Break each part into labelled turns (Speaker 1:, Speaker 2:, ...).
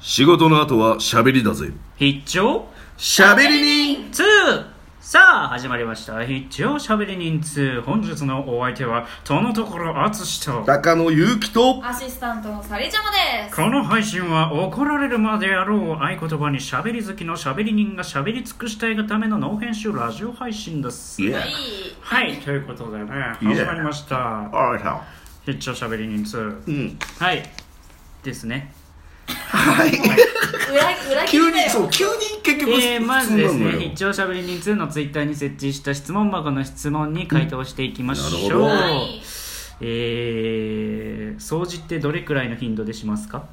Speaker 1: 仕事の後は喋りだぜ
Speaker 2: 必聴
Speaker 1: 喋り人
Speaker 2: 2さあ始まりました必聴しゃべり人2本日のお相手はとのところ淳と
Speaker 1: 高野祐希と
Speaker 3: アシスタントのサリちゃまです。
Speaker 2: この配信は怒られるまでやろうを合言葉にしゃべり好きのしゃべり人がしゃべり尽くしたいがためのノー編集ラジオ配信です
Speaker 1: いや
Speaker 3: はい。
Speaker 2: はいということでね
Speaker 1: Yeah
Speaker 2: 始まりました
Speaker 1: あら
Speaker 2: 必聴しゃべり人2
Speaker 1: うん
Speaker 2: はいですね
Speaker 1: はい
Speaker 3: 裏裏切
Speaker 1: 急
Speaker 3: り
Speaker 1: に
Speaker 3: だ
Speaker 1: そ
Speaker 3: よ。
Speaker 1: う急に結局
Speaker 2: えー、まずです
Speaker 1: 普通なの
Speaker 2: ね
Speaker 1: よ
Speaker 2: 必聴しゃべり人2のツイッターに設置した質問箱の質問に回答していきましょう、
Speaker 1: うんなるほど
Speaker 3: はい。
Speaker 2: えー、掃除ってどれくらいの頻度でしますか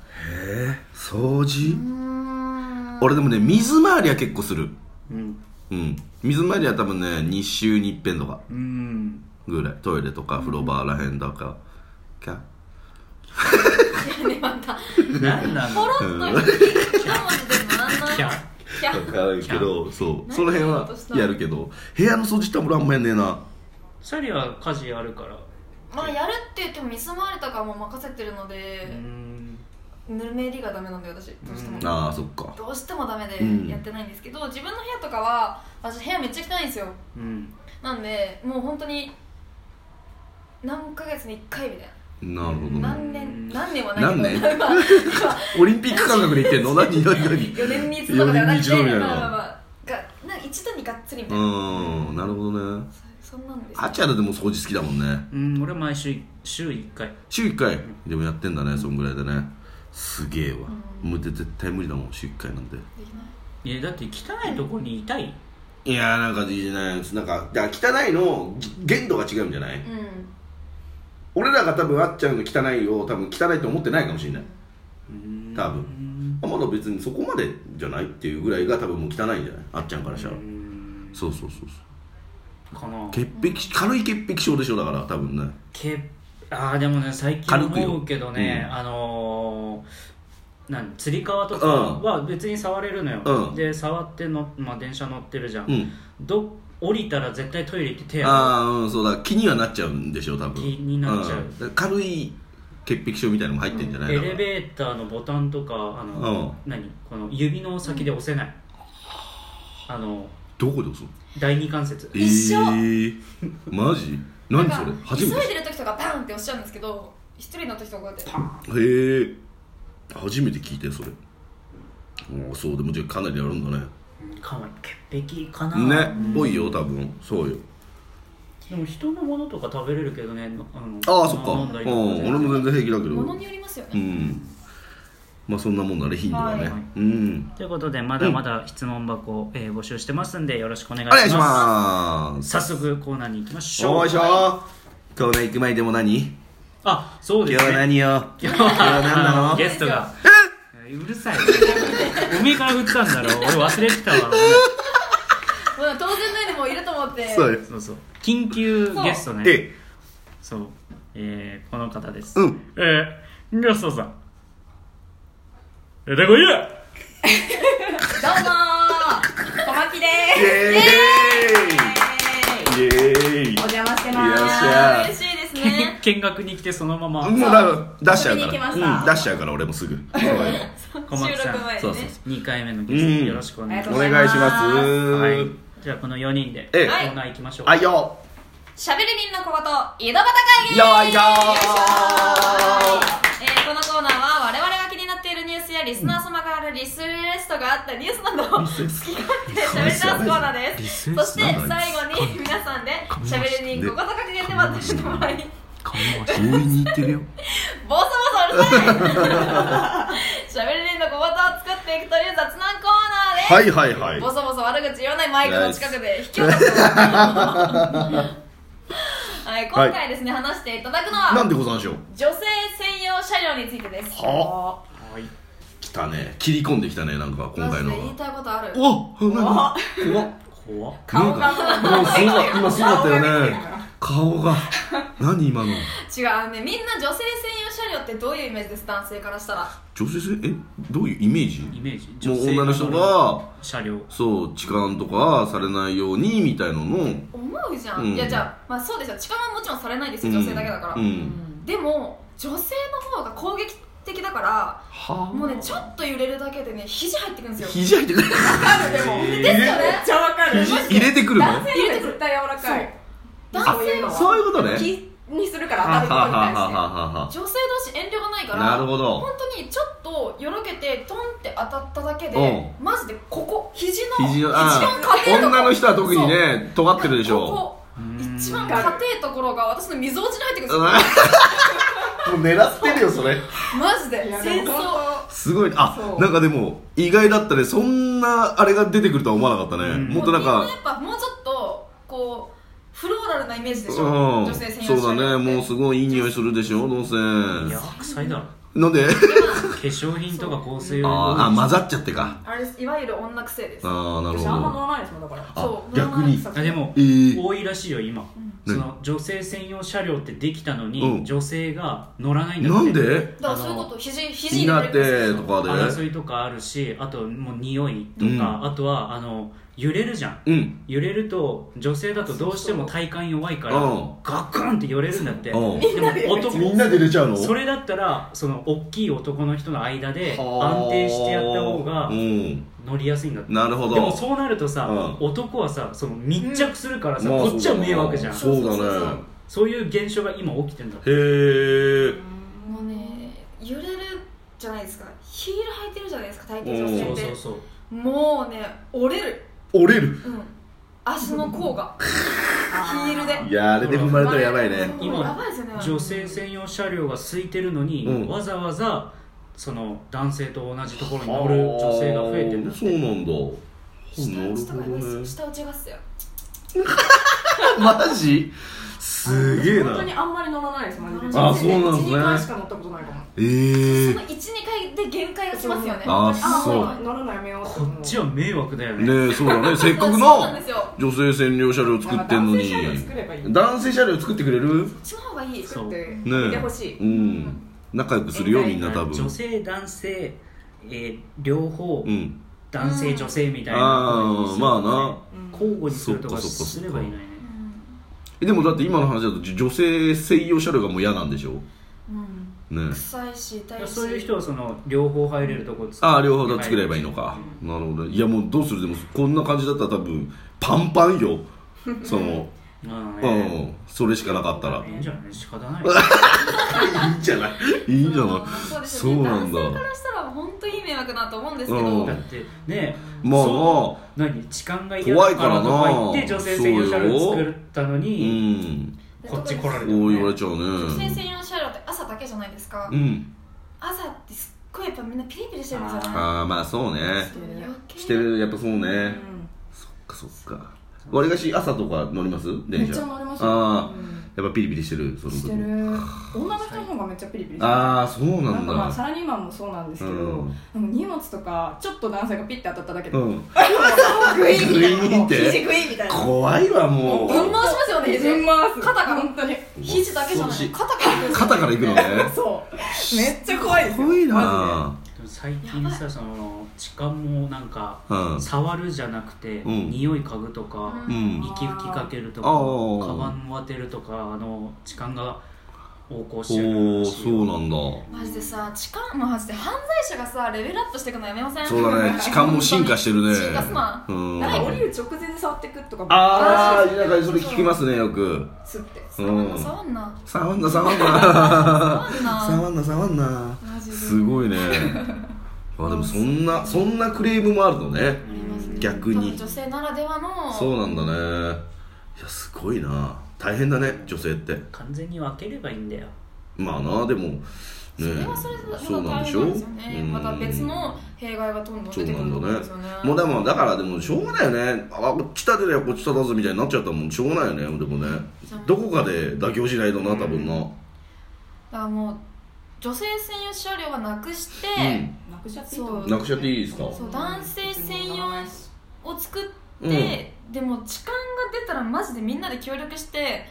Speaker 1: えー掃除
Speaker 3: うーん。
Speaker 1: 俺でもね水回りは結構する
Speaker 2: うん
Speaker 1: うん水回りは多分ね2週に一遍とか
Speaker 2: うん
Speaker 1: ぐらいトイレとか風呂場らへんだかキャ
Speaker 3: ねまた
Speaker 2: 何な
Speaker 3: ポ
Speaker 2: の
Speaker 3: ロッと一気に一文字でもなんなん。
Speaker 2: キャ
Speaker 3: キャ
Speaker 1: わかるけどそう
Speaker 3: 何
Speaker 1: その辺
Speaker 3: やろう
Speaker 1: は
Speaker 3: としたの
Speaker 1: やるけど部屋の掃除って俺あんまやんねえな
Speaker 2: シャリは家事あるから
Speaker 3: まあやるって言ってもミス回りとかも任せてるので、
Speaker 2: ん
Speaker 3: ぬめりがダメなんで私どうしても。
Speaker 1: あーそっか
Speaker 3: どうしてもダメ
Speaker 1: うん
Speaker 3: でやってないんですけど、自分の部屋とかは私部屋めっちゃ汚いんですよ。
Speaker 2: うん
Speaker 3: なんでもう本当に何ヶ月に一回みたいな。
Speaker 1: なるほどね
Speaker 3: 何
Speaker 2: うん
Speaker 3: 年何年はないけど
Speaker 1: 何年
Speaker 3: 今今
Speaker 1: オリンピック感覚で言ってんの何何何
Speaker 3: 4年に一度とかではなくて
Speaker 1: 四年に一度みたいな
Speaker 3: まあまあまあがなんか一度にがっつりみ
Speaker 1: う
Speaker 3: たいな、
Speaker 1: ーんなるほどね
Speaker 3: そそんなんです
Speaker 1: あちゃらでも掃除好きだもんね
Speaker 2: うん俺毎週週1回
Speaker 1: 週1回でもやってんだねそんぐらいでねすげえわもう絶対無理だもん週1回なんて
Speaker 3: できない
Speaker 2: いやだって汚いとこにいたい
Speaker 1: いやーなんかいいじゃないなんかだから汚いの限度が違うんじゃない
Speaker 3: うん
Speaker 1: 俺らが多分あっちゃんの汚いを多分汚いと思ってないかもしれない
Speaker 2: うん
Speaker 1: 多分あまだ別にそこまでじゃないっていうぐらいが多分もう汚いんじゃないあっちゃんからしたら
Speaker 2: うん
Speaker 1: そうそうそうそう
Speaker 2: かな
Speaker 1: 潔癖軽い潔癖症でしょだから多分ね
Speaker 2: けああでもね最近
Speaker 1: 軽くよ
Speaker 2: 思うけどね、
Speaker 1: う
Speaker 2: あのー、何つり革とかは別に触れるのよ、
Speaker 1: うん
Speaker 2: で触っての、まあ、電車乗ってるじゃん、
Speaker 1: うん
Speaker 2: ど降りたら絶対トイレ行って手洗う
Speaker 1: ああうんそうだ気にはなっちゃうんでしょ多分
Speaker 2: 気になっちゃうん
Speaker 1: だから軽い潔癖症みたいなのも入ってんじゃない
Speaker 2: エ
Speaker 1: だから
Speaker 2: レベーターのボタンとかあの、
Speaker 1: うん
Speaker 2: 何この指の先で押せない、あの
Speaker 1: どこで押すの
Speaker 2: 第二関節
Speaker 3: 一
Speaker 1: え
Speaker 3: 緒
Speaker 1: ーマジ何それ
Speaker 3: なんか
Speaker 1: 初め
Speaker 3: 急いでる時とかバンって押しちゃうんですけど一人の時とかこうやって
Speaker 1: てへえ初めて聞いたよそれおーそうでもじゃあかなりやるんだね
Speaker 2: かわいい潔癖かな
Speaker 1: ねっぽいよ多分そうよ
Speaker 2: でも人のものとか食べれるけどねあの
Speaker 1: ああそっかう
Speaker 2: 飲んだりとか
Speaker 1: ん俺も全然平気だけど
Speaker 3: 物によりますよ
Speaker 1: う
Speaker 3: ね、
Speaker 1: んまあそんなもんだね頻度はね
Speaker 2: はい
Speaker 1: うん
Speaker 2: ということでまだまだ質問箱を、えー募集してますんでよろしくお願
Speaker 1: お
Speaker 2: いします
Speaker 1: 願いします
Speaker 2: 早速コーナーに行きましょ
Speaker 1: よ
Speaker 2: う
Speaker 1: いしょコーナー行く前でも何
Speaker 2: あそうで
Speaker 1: 今
Speaker 2: す
Speaker 1: 日
Speaker 2: ね
Speaker 1: 何よ
Speaker 2: 今日は
Speaker 1: 何なの
Speaker 2: あゲストがうるさいおめえから振ったんだろ俺忘れてたわ
Speaker 3: もう当然のようにもういると思って
Speaker 1: そうよ
Speaker 2: そうそう緊急ゲストね
Speaker 1: え
Speaker 2: そうえー、この方です、
Speaker 1: うん
Speaker 2: えー、ゲストさん出てこいや
Speaker 3: どうもー小牧
Speaker 1: イ
Speaker 3: です
Speaker 1: エーイイエーイ
Speaker 3: お邪魔して
Speaker 1: い
Speaker 3: ま
Speaker 1: らっしゃい
Speaker 3: ーす嬉しいです ね
Speaker 2: 見学に来てそのまま
Speaker 1: もうだ出しちゃうか
Speaker 3: 遊びに行き
Speaker 1: ら、
Speaker 3: ま
Speaker 1: う
Speaker 3: した
Speaker 1: ん、出しちゃうから俺もすぐ
Speaker 2: 小牧
Speaker 3: 収
Speaker 2: さん
Speaker 3: 録前ね
Speaker 1: そうそう
Speaker 2: 2回目のゲスト
Speaker 1: うん
Speaker 2: によろしくお願いし
Speaker 1: お
Speaker 2: ます、
Speaker 1: 願いします
Speaker 2: はい、じゃあこの4人でコ
Speaker 1: ええ
Speaker 2: ーナー行きましょう、
Speaker 1: はいよ
Speaker 3: しゃべり人の小言井戸端会議
Speaker 1: よいよ
Speaker 3: よいしょ
Speaker 1: ー
Speaker 3: えーこのコーナーは我々が気になっているニュースやリスナー様からのリスレストがあったニュースなどを好き勝手しゃべり出すコーナー
Speaker 1: リ
Speaker 3: で
Speaker 1: ス
Speaker 3: す
Speaker 1: レ
Speaker 3: そ
Speaker 1: スト
Speaker 3: して
Speaker 1: なんだ
Speaker 3: 最後に皆さんでしゃべり人小言格言でまとめてもらい
Speaker 1: 強引に言ってるよ
Speaker 3: ボソボソうるさいしゃべり人の小言を作っていくという雑談コーナーです、
Speaker 1: はいはいはい
Speaker 3: ボソボソ悪口言わないマイクの近くで引き落とす はい今回ですね、話していただくのは
Speaker 1: なんでござんしょう
Speaker 3: 女性専用車両についてです
Speaker 1: は
Speaker 2: はい
Speaker 1: 来たね切り込んできたねなんか今
Speaker 3: マ
Speaker 1: 回
Speaker 3: ジ
Speaker 1: の
Speaker 3: で言いたいことある
Speaker 1: おっなんか怖っ
Speaker 2: 怖っ
Speaker 1: なんかもうすごかった今すごかったよね顔が何今の
Speaker 3: 違うあのねみんな女性専用車両ってどういうイメージです男性からしたら
Speaker 1: 女性性えどういうイメージ
Speaker 2: イメージ
Speaker 1: もう女の人が
Speaker 2: 車両
Speaker 1: そう痴漢とかされないようにみたいのの
Speaker 3: 思うじゃん、
Speaker 1: うん
Speaker 3: いやじゃあ,、まあそうですよ痴漢はもちろんされないですよ女性だけだから、
Speaker 1: うん
Speaker 3: でも女性の方が攻撃的だから
Speaker 1: はあ
Speaker 3: もうねちょっと揺れるだけでね肘入ってくるんですよ
Speaker 1: 肘入ってくる
Speaker 3: わかるでも
Speaker 2: えー
Speaker 3: ですよねめっちゃわかる
Speaker 1: 肘入れてくるの
Speaker 4: 男性の方が絶対柔らかい
Speaker 3: 男
Speaker 1: あ
Speaker 3: 性は
Speaker 1: そういうことね
Speaker 4: 気にするか
Speaker 1: は
Speaker 4: ら
Speaker 1: は
Speaker 4: 当た
Speaker 1: は
Speaker 4: る
Speaker 1: は
Speaker 4: ことに
Speaker 1: は
Speaker 4: 対して
Speaker 1: は
Speaker 3: 女性同士遠慮がないから
Speaker 1: なるほど
Speaker 3: 本当にちょっとよろけてトンって当たっただけで
Speaker 1: う
Speaker 3: マジでここ肘の
Speaker 1: 肘の
Speaker 3: 一
Speaker 1: あ
Speaker 3: 番硬いとこ
Speaker 1: 女の人は特にね尖ってるでし
Speaker 3: こ
Speaker 1: ょ
Speaker 3: こ一番硬いところが私のみぞおちに入ってくるんで すよ
Speaker 1: うもう狙ってるよそれ
Speaker 3: マジで
Speaker 4: いやで
Speaker 3: 戦
Speaker 4: も
Speaker 3: 争
Speaker 4: 本
Speaker 1: すごいあ
Speaker 4: そう
Speaker 1: なんかでも意外だったねそんなあれが出てくるとは思わなかったね、
Speaker 2: うん
Speaker 1: もっとなんか
Speaker 3: やっぱもうちょっとこうフローラルなイメージでしょ、
Speaker 1: う
Speaker 3: 女
Speaker 1: ん
Speaker 3: 性専
Speaker 1: そ
Speaker 3: 用
Speaker 1: うだねもうすごいいい匂いするでしょどうせ
Speaker 2: いや臭いだろ
Speaker 1: なんで
Speaker 2: 化粧品とか香水
Speaker 1: あーあ混ざっちゃってか
Speaker 3: あれですいわゆる女癖です
Speaker 1: ああなる
Speaker 4: 私
Speaker 1: ほ
Speaker 4: あんま
Speaker 1: ど
Speaker 4: 乗らないですもんだから
Speaker 1: あ
Speaker 3: そう
Speaker 1: 逆に
Speaker 4: そう
Speaker 2: あでも、
Speaker 1: えー
Speaker 2: 多いらしいよ今、
Speaker 1: うん
Speaker 2: その女性専用車両ってできたのに、
Speaker 1: うん
Speaker 2: 女性が乗らないんだ
Speaker 1: なん
Speaker 2: って
Speaker 1: で
Speaker 3: だからそういうこと肘肘
Speaker 1: に
Speaker 3: 入
Speaker 1: な
Speaker 3: れ
Speaker 1: って
Speaker 3: る
Speaker 1: てとかで
Speaker 2: 争いとかあるしあともう匂いとか、
Speaker 1: うん
Speaker 2: あとはあの揺れるじゃん
Speaker 1: うん
Speaker 2: 揺れると女性だとどうしても体感弱いから
Speaker 1: うん
Speaker 2: ガクンって揺れるんだって、
Speaker 1: うん
Speaker 2: でも
Speaker 1: み
Speaker 2: 男
Speaker 1: んなで入れちゃうの
Speaker 2: それだったらその大きい男の人の間で
Speaker 1: はあ
Speaker 2: 安定してやった方が
Speaker 1: うん
Speaker 2: 乗りやすいんだって
Speaker 1: なるほど
Speaker 2: でもそうなるとさ、
Speaker 1: う
Speaker 2: 男はさその密着するからさ、
Speaker 1: まあ
Speaker 2: こっちは迷惑じゃんそ
Speaker 1: そ
Speaker 2: う
Speaker 1: うだ
Speaker 3: そうそうそう
Speaker 1: ね
Speaker 2: いう現象が今起きてんだって
Speaker 1: へえ
Speaker 3: もうね揺れるじゃないですかヒール履いてるじゃないですか大抵
Speaker 1: う
Speaker 3: 女
Speaker 1: ん
Speaker 2: そ
Speaker 3: 性っ
Speaker 2: うそう
Speaker 3: て
Speaker 2: そう
Speaker 3: もうね折れる
Speaker 1: 折れる
Speaker 3: うん足の甲がヒールで
Speaker 1: いやーあれで踏まれたらやばいね
Speaker 3: もう
Speaker 2: 今
Speaker 3: やばいですよね
Speaker 2: 女性専用車両が空いてるのに、
Speaker 1: うん
Speaker 2: わざわざその男性と同じところに乗る女性が増えてるんだっ
Speaker 1: そう
Speaker 2: て
Speaker 1: なんだ
Speaker 3: 下
Speaker 1: な
Speaker 3: 打
Speaker 1: る
Speaker 3: ちと
Speaker 1: ほ
Speaker 3: かやばいです
Speaker 1: ど
Speaker 3: よ
Speaker 1: ね
Speaker 3: 下打ちがっすよ
Speaker 1: マジすげえ
Speaker 4: 本当
Speaker 1: な
Speaker 4: にあんまり乗らないですマジで
Speaker 1: あそうなんですね
Speaker 4: 1 2回しか乗ったことないかも
Speaker 1: えー
Speaker 3: その12回で限界がきますよね
Speaker 1: あ
Speaker 4: あ
Speaker 1: そう
Speaker 4: もう乗らないやめようって
Speaker 2: こ
Speaker 4: 思う
Speaker 2: っちは迷惑だよね
Speaker 1: ねえ そうだねせっかく
Speaker 3: そう
Speaker 1: の
Speaker 3: なんですよ
Speaker 1: 女性専用車両作ってんのに
Speaker 4: なんか男性車両作ればいい
Speaker 1: 男性車両作ってくれる
Speaker 3: そっちの方がいい
Speaker 2: そう
Speaker 4: 作って
Speaker 1: ね
Speaker 4: 見てほしい、
Speaker 1: うん仲良くするよみんな多
Speaker 2: 女
Speaker 1: 分
Speaker 2: 性男性、えー両方、
Speaker 1: うん
Speaker 2: 男性女性みたいな
Speaker 1: ああ
Speaker 2: 風にする
Speaker 1: ま
Speaker 2: と
Speaker 1: あ
Speaker 2: ね
Speaker 1: な
Speaker 2: 交互にするとか
Speaker 1: そっかそっか
Speaker 2: すればいいのにね
Speaker 1: えでもだって今の話だとじ女性専用車両がもう嫌なんでしょ
Speaker 3: うん
Speaker 1: ね
Speaker 3: 臭いし痛いし
Speaker 2: そういう人はその両方入れるとこ
Speaker 1: ああ両方だ作ればいいのか、なるほどいやもうどうするでもこんな感じだったら多分パンパンよその
Speaker 2: まあ
Speaker 1: う
Speaker 2: ね
Speaker 1: んそれしかなかったら
Speaker 2: いいんじゃない仕方 ない
Speaker 1: いいんじゃないいいんじゃない
Speaker 3: そうです
Speaker 1: そ
Speaker 3: よ
Speaker 1: う
Speaker 3: ね
Speaker 1: なんだ
Speaker 3: 男性からしたら本当に迷惑だと思うんですけど、
Speaker 1: うん
Speaker 2: だってね
Speaker 1: まあ
Speaker 2: そ
Speaker 1: ま
Speaker 2: う何痴漢が嫌だからとか言って女性専用車両作ったの
Speaker 1: あう
Speaker 2: に
Speaker 1: ん
Speaker 2: こっち来られ
Speaker 1: お
Speaker 2: て
Speaker 1: う言われ
Speaker 2: もね
Speaker 1: ちゃう
Speaker 3: 女性専
Speaker 1: ね
Speaker 3: 用車両って朝だけじゃないですか、
Speaker 1: うん
Speaker 3: 朝ってすっごいやっぱみんなピリピリしてるんですよね
Speaker 1: ああまあそうね
Speaker 3: 余計
Speaker 1: してるやっぱそうねそっか割り菓子朝とか乗ります電車
Speaker 4: めっちゃ乗りますよ
Speaker 1: あ
Speaker 4: うん
Speaker 1: あやっぱピリピリしてるその時
Speaker 4: してる女の人の方がめっちゃピリピリしてる
Speaker 1: ああそうな
Speaker 4: なん
Speaker 1: ん
Speaker 4: かまあ
Speaker 1: だ
Speaker 4: サラリーマンもそうなんですけど、
Speaker 1: うん
Speaker 4: でも荷物とかちょっと男性がピッて当たっただけで、
Speaker 1: う
Speaker 4: もうんグイーンみた
Speaker 1: グイ
Speaker 4: いな
Speaker 1: ーンって
Speaker 4: 肘グイーンみたいな
Speaker 1: 怖いわもう
Speaker 3: 分回しますよね
Speaker 4: 分回す
Speaker 3: 肩が
Speaker 4: 本当に
Speaker 3: 肘だけじゃ
Speaker 1: 恐
Speaker 3: な
Speaker 1: ろし
Speaker 3: い
Speaker 1: い
Speaker 3: 肩から来るんですよ
Speaker 1: 肩から行くのね
Speaker 4: そうめっちゃ怖いですよ
Speaker 1: 怖い
Speaker 4: マ
Speaker 1: な
Speaker 2: でも最近さその痴漢もなんか
Speaker 1: うん
Speaker 2: 触るじゃなくて
Speaker 1: うん
Speaker 2: 匂い嗅ぐとか
Speaker 3: うん
Speaker 1: うん
Speaker 2: 息吹きかけると
Speaker 1: あ
Speaker 2: かカバ
Speaker 1: ー
Speaker 2: ンを当てるとかあの痴漢が横行してる
Speaker 1: お
Speaker 2: ら
Speaker 1: お
Speaker 2: しい
Speaker 1: そ
Speaker 2: よ
Speaker 1: うなんだ
Speaker 3: マジでさ痴漢もうマジで犯罪者がさレベルアップしていくのやめません
Speaker 1: そうだ ね痴漢も進化してるね
Speaker 3: 進化すな
Speaker 1: うん
Speaker 4: ジでなんか降りる直前で触ってくとかも
Speaker 1: ああなんかそれ聞きますねよく
Speaker 4: すって
Speaker 1: うん
Speaker 3: 触んな
Speaker 1: 触んな触んな
Speaker 3: 触んな
Speaker 1: 触んな触んな
Speaker 3: マジです
Speaker 1: ご いねあでもそんなそんなクレームもあるのね
Speaker 3: ありますね
Speaker 1: 逆
Speaker 3: 多分
Speaker 1: に
Speaker 3: 女性ならではの
Speaker 1: そうなんだねいやすごいな大変だね女性って
Speaker 2: 完全に分ければいいんだよ
Speaker 1: まあなでもね
Speaker 3: それはそれでま
Speaker 1: そう
Speaker 3: た
Speaker 1: なん
Speaker 3: 大
Speaker 1: で
Speaker 3: 変
Speaker 1: し
Speaker 3: な
Speaker 1: ょ
Speaker 3: んですよねまた別の弊害がどんどん
Speaker 1: そ
Speaker 3: 出
Speaker 1: う
Speaker 3: て
Speaker 1: な
Speaker 3: くると
Speaker 1: んだ
Speaker 3: ころ
Speaker 1: ね
Speaker 3: ですよね
Speaker 1: もうでもだからでもしょうがないよねあこっちだてだよこっち立たずみたいになっちゃったもんしょうがないよねでもねどこかで妥協しないとな多分な
Speaker 3: だからもう女性専用車両はなくして、
Speaker 1: う
Speaker 4: なくしちゃっていい
Speaker 3: そう
Speaker 1: なくしちゃっていいですか
Speaker 3: そう男性専用を作って、でも痴漢が出たらマジでみんなで協力して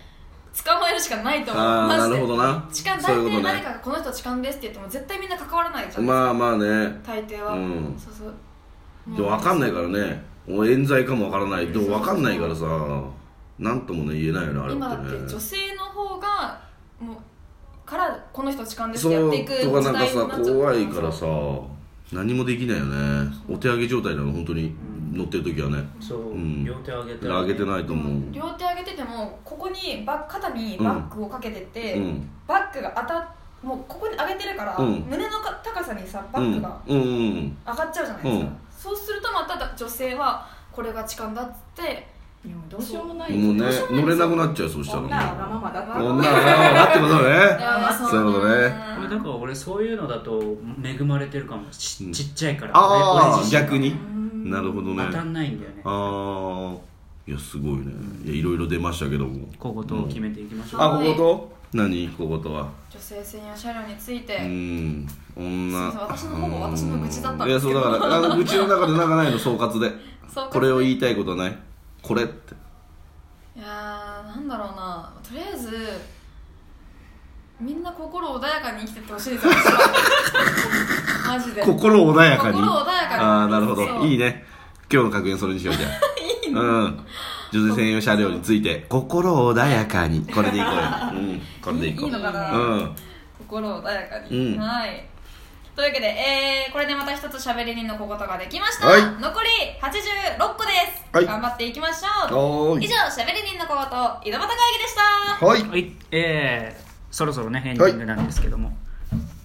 Speaker 3: 捕まえるしかないと
Speaker 1: ん
Speaker 3: 思う
Speaker 1: ああ
Speaker 3: マ
Speaker 1: な
Speaker 3: ジ
Speaker 1: る
Speaker 3: で
Speaker 1: ほどな
Speaker 3: 痴漢
Speaker 1: そういうこ
Speaker 3: 大
Speaker 1: と
Speaker 3: 抵誰
Speaker 1: ね
Speaker 3: かがこの人痴漢ですって言っても絶対みんな関わらないじゃん、
Speaker 1: まあまあね
Speaker 3: 大抵は、
Speaker 1: うん
Speaker 3: そうそう
Speaker 1: でも分かんないからね俺冤罪かも分からないでも分かんないからさ何ともね言えないよねあれ
Speaker 3: 今だ
Speaker 1: っ
Speaker 3: ってて
Speaker 1: ね
Speaker 3: 女性の方がもうからこの人を痴漢です
Speaker 1: そ
Speaker 3: ってやっ
Speaker 1: う
Speaker 3: ていく時
Speaker 1: と
Speaker 3: 代
Speaker 1: か
Speaker 3: に
Speaker 1: な
Speaker 3: な
Speaker 1: か
Speaker 3: んっちゃ
Speaker 1: さ
Speaker 3: った
Speaker 1: 怖いからさ何もできないよねお手上げ状態なの本当に乗ってる時はね
Speaker 2: そう、
Speaker 1: うん
Speaker 2: 両手上げて
Speaker 1: 上げて
Speaker 2: い
Speaker 1: ないと思う
Speaker 3: 両手上げててもここにバッ肩にバッグをかけてて、
Speaker 1: うん
Speaker 3: バッグが当たっもうここに上げてるから、
Speaker 1: うん
Speaker 3: 胸のか高さにさバ
Speaker 1: う
Speaker 3: ッグ
Speaker 1: ん
Speaker 3: が
Speaker 1: うんうん
Speaker 3: 上がっちゃうじゃないです
Speaker 1: う
Speaker 3: か、
Speaker 1: ん
Speaker 3: そうするとまた女性はこれが痴漢だっつって
Speaker 4: いやもうどうしようもない
Speaker 1: もうね
Speaker 4: 女
Speaker 1: 乗れなくなっちゃうそうした
Speaker 4: はわが
Speaker 1: らね
Speaker 4: ままだった
Speaker 1: 女はなってことね
Speaker 3: あー
Speaker 1: そういうことね
Speaker 2: これだから俺そういうのだと恵まれてるかもち
Speaker 1: うん
Speaker 2: ちっちゃいから俺
Speaker 1: あ
Speaker 2: 俺
Speaker 1: あ
Speaker 2: 自身が
Speaker 1: 逆に
Speaker 4: うん
Speaker 1: なるほどね
Speaker 2: 当たんないんだよね
Speaker 1: ああいやすごいねいやいろいろ出ましたけども
Speaker 2: 小言を決めていきましょう、
Speaker 1: あここと何こことは
Speaker 3: 女性専用車両について、
Speaker 1: うん女
Speaker 3: すいません私のほぼ私の愚痴だったん
Speaker 1: い
Speaker 3: で
Speaker 1: や
Speaker 3: す
Speaker 1: そ
Speaker 3: け
Speaker 1: う
Speaker 3: ど
Speaker 1: だからあの愚痴の中でなんかないの総括で
Speaker 3: そう
Speaker 1: これを
Speaker 3: い
Speaker 1: 言いたいことはないこれって
Speaker 3: やーなんだろうなとりあえずみんな心穏やかに生きてってほしいですよ 私はマジで
Speaker 1: 心穏やかに
Speaker 3: 心穏やかに
Speaker 1: ああなるほ
Speaker 3: そ
Speaker 1: ど
Speaker 3: う
Speaker 1: いいね今日の格言それにしようじゃ あいいうん女性専用車両について心穏やかにこれでいこうよ、うん、これでいこう
Speaker 3: いいのかな
Speaker 1: うん
Speaker 3: 心穏やかに、
Speaker 1: うん
Speaker 3: はいというわけで、えーこれでまた一つ喋り人の小言ができました、
Speaker 1: はい
Speaker 3: 残り86個です、
Speaker 1: はい
Speaker 3: 頑張っていきましょう
Speaker 1: おー
Speaker 3: 以
Speaker 1: い
Speaker 3: 上喋り人の小言井戸端会議でした
Speaker 1: はい
Speaker 2: はい、えーそろそろねエンディングなんですけども、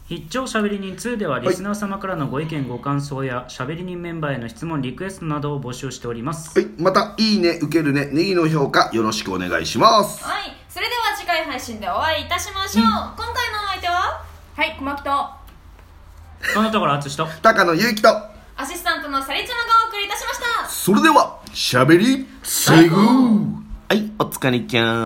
Speaker 2: 必聴しゃべり人2ではリスナー様からのご意見ご感想やしゃべり人メンバーへの質問リクエストなどを募集しております、
Speaker 1: はいまたいいね受けるねネギの評価よろしくお願いします
Speaker 3: はいそれでは次回配信でお会いいたしましょう、今回のお相手は
Speaker 4: はい小牧と
Speaker 2: そのところ淳と
Speaker 1: 高野祐希と
Speaker 3: アシスタントのサリチマがお送りいたしました
Speaker 1: それではしゃべりセグはいお疲れちゃん